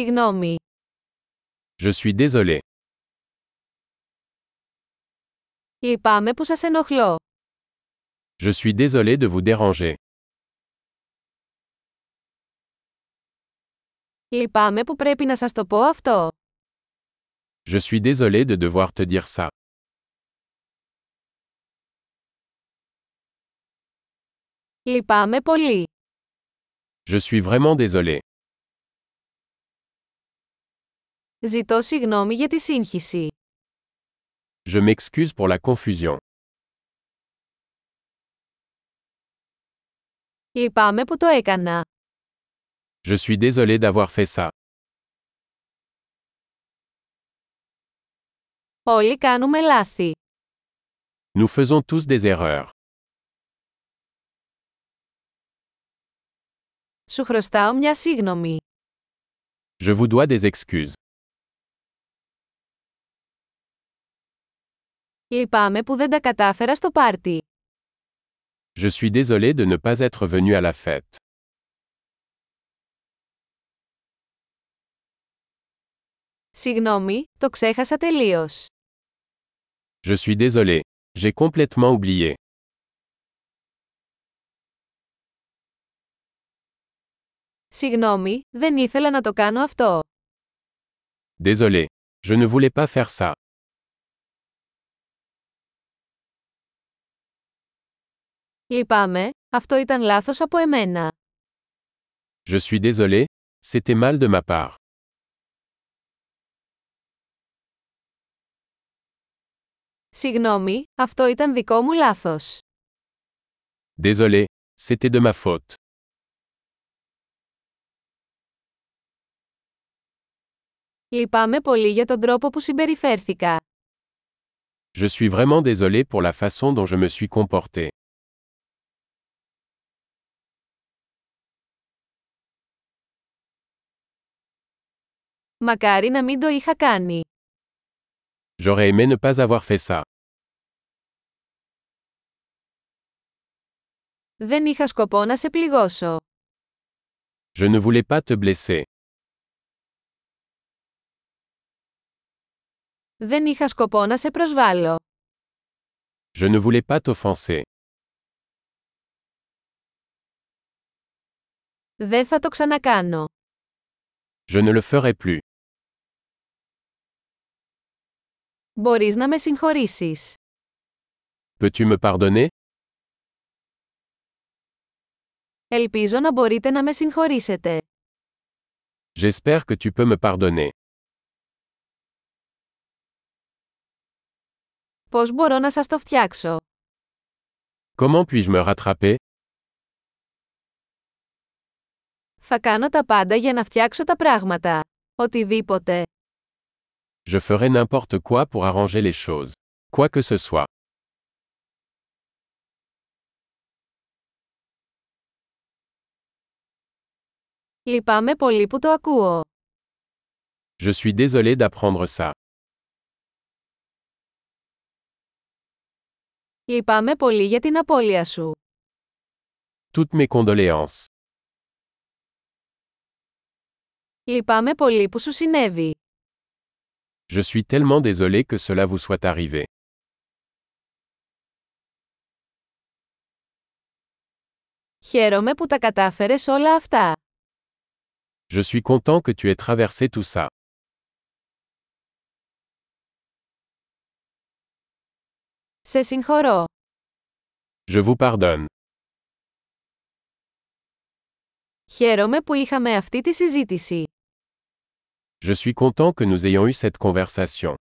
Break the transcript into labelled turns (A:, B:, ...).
A: Συγγνώμη.
B: Je suis désolé.
A: Λυπάμαι που σας ενοχλώ.
B: Je suis désolé de vous déranger.
A: Λυπάμαι που πρέπει να σας το πω αυτό.
B: Je suis désolé de devoir te dire ça.
A: Λυπάμαι πολύ.
B: Je suis vraiment désolé.
A: Ζητώ συγγνώμη για τη σύγχυση.
B: Je m'excuse pour la confusion.
A: Λυπάμαι που το έκανα.
B: Je suis désolé d'avoir fait ça.
A: Όλοι κάνουμε λάθη.
B: Nous faisons tous des erreurs.
A: Σου χρωστάω μια σύγγνωμη.
B: Je vous dois des excuses.
A: Λυπάμαι που δεν τα κατάφερα στο πάρτι.
B: Je suis désolé de ne pas être venu à la fête.
A: Συγγνώμη, το ξέχασα τελείως.
B: Je suis désolé. J'ai complètement oublié.
A: Συγγνώμη, δεν ήθελα να το κάνω αυτό.
B: Désolé. Je ne voulais pas faire ça.
A: Λυπάμαι, αυτό ήταν λάθος από εμένα.
B: Je suis désolé. C'était mal de ma part.
A: Συγγνώμη, αυτό ήταν δικό μου λάθος.
B: Désolé. C'était de ma faute.
A: Λυπάμαι πολύ για τον τρόπο που συμπεριφέρθηκα.
B: Je suis vraiment désolé pour la façon dont je me suis comporté.
A: Μακάρι να μην το είχα κάνει.
B: J'aurais aimé ne pas avoir fait ça.
A: Δεν είχα σκοπό να σε πληγώσω.
B: Je ne voulais pas te blesser.
A: Δεν είχα σκοπό να σε προσβάλλω.
B: Je ne voulais pas t'offenser.
A: Δεν θα το ξανακάνω.
B: Je ne le ferai plus.
A: Μπορείς να με συγχωρήσεις.
B: Peux-tu me pardonner
A: Ελπίζω να μπορείτε να με συγχωρήσετε.
B: J'espère que tu peux me pardonner.
A: Πώς μπορώ να σας το φτιάξω.
B: Comment puis-je me rattraper
A: Θα κάνω τα πάντα για να φτιάξω τα πράγματα. Οτιδήποτε.
B: Je ferai n'importe quoi pour arranger les choses. Quoi que ce soit.
A: Λυπάμαι πολύ που το ακούω.
B: Je suis désolé d'apprendre ça.
A: Λυπάμαι πολύ για την απώλεια σου.
B: Toutes mes condoléances.
A: Λυπάμαι πολύ που σου συνέβη.
B: Je suis tellement désolé que cela vous soit arrivé.
A: Χαίρομαι που τα κατάφερες όλα αυτά.
B: Je suis content que tu aies traversé tout ça.
A: Σε συγχωρώ.
B: Je vous pardonne.
A: Χαίρομαι που είχαμε αυτή τη συζήτηση.
B: Je suis content que nous ayons eu cette conversation.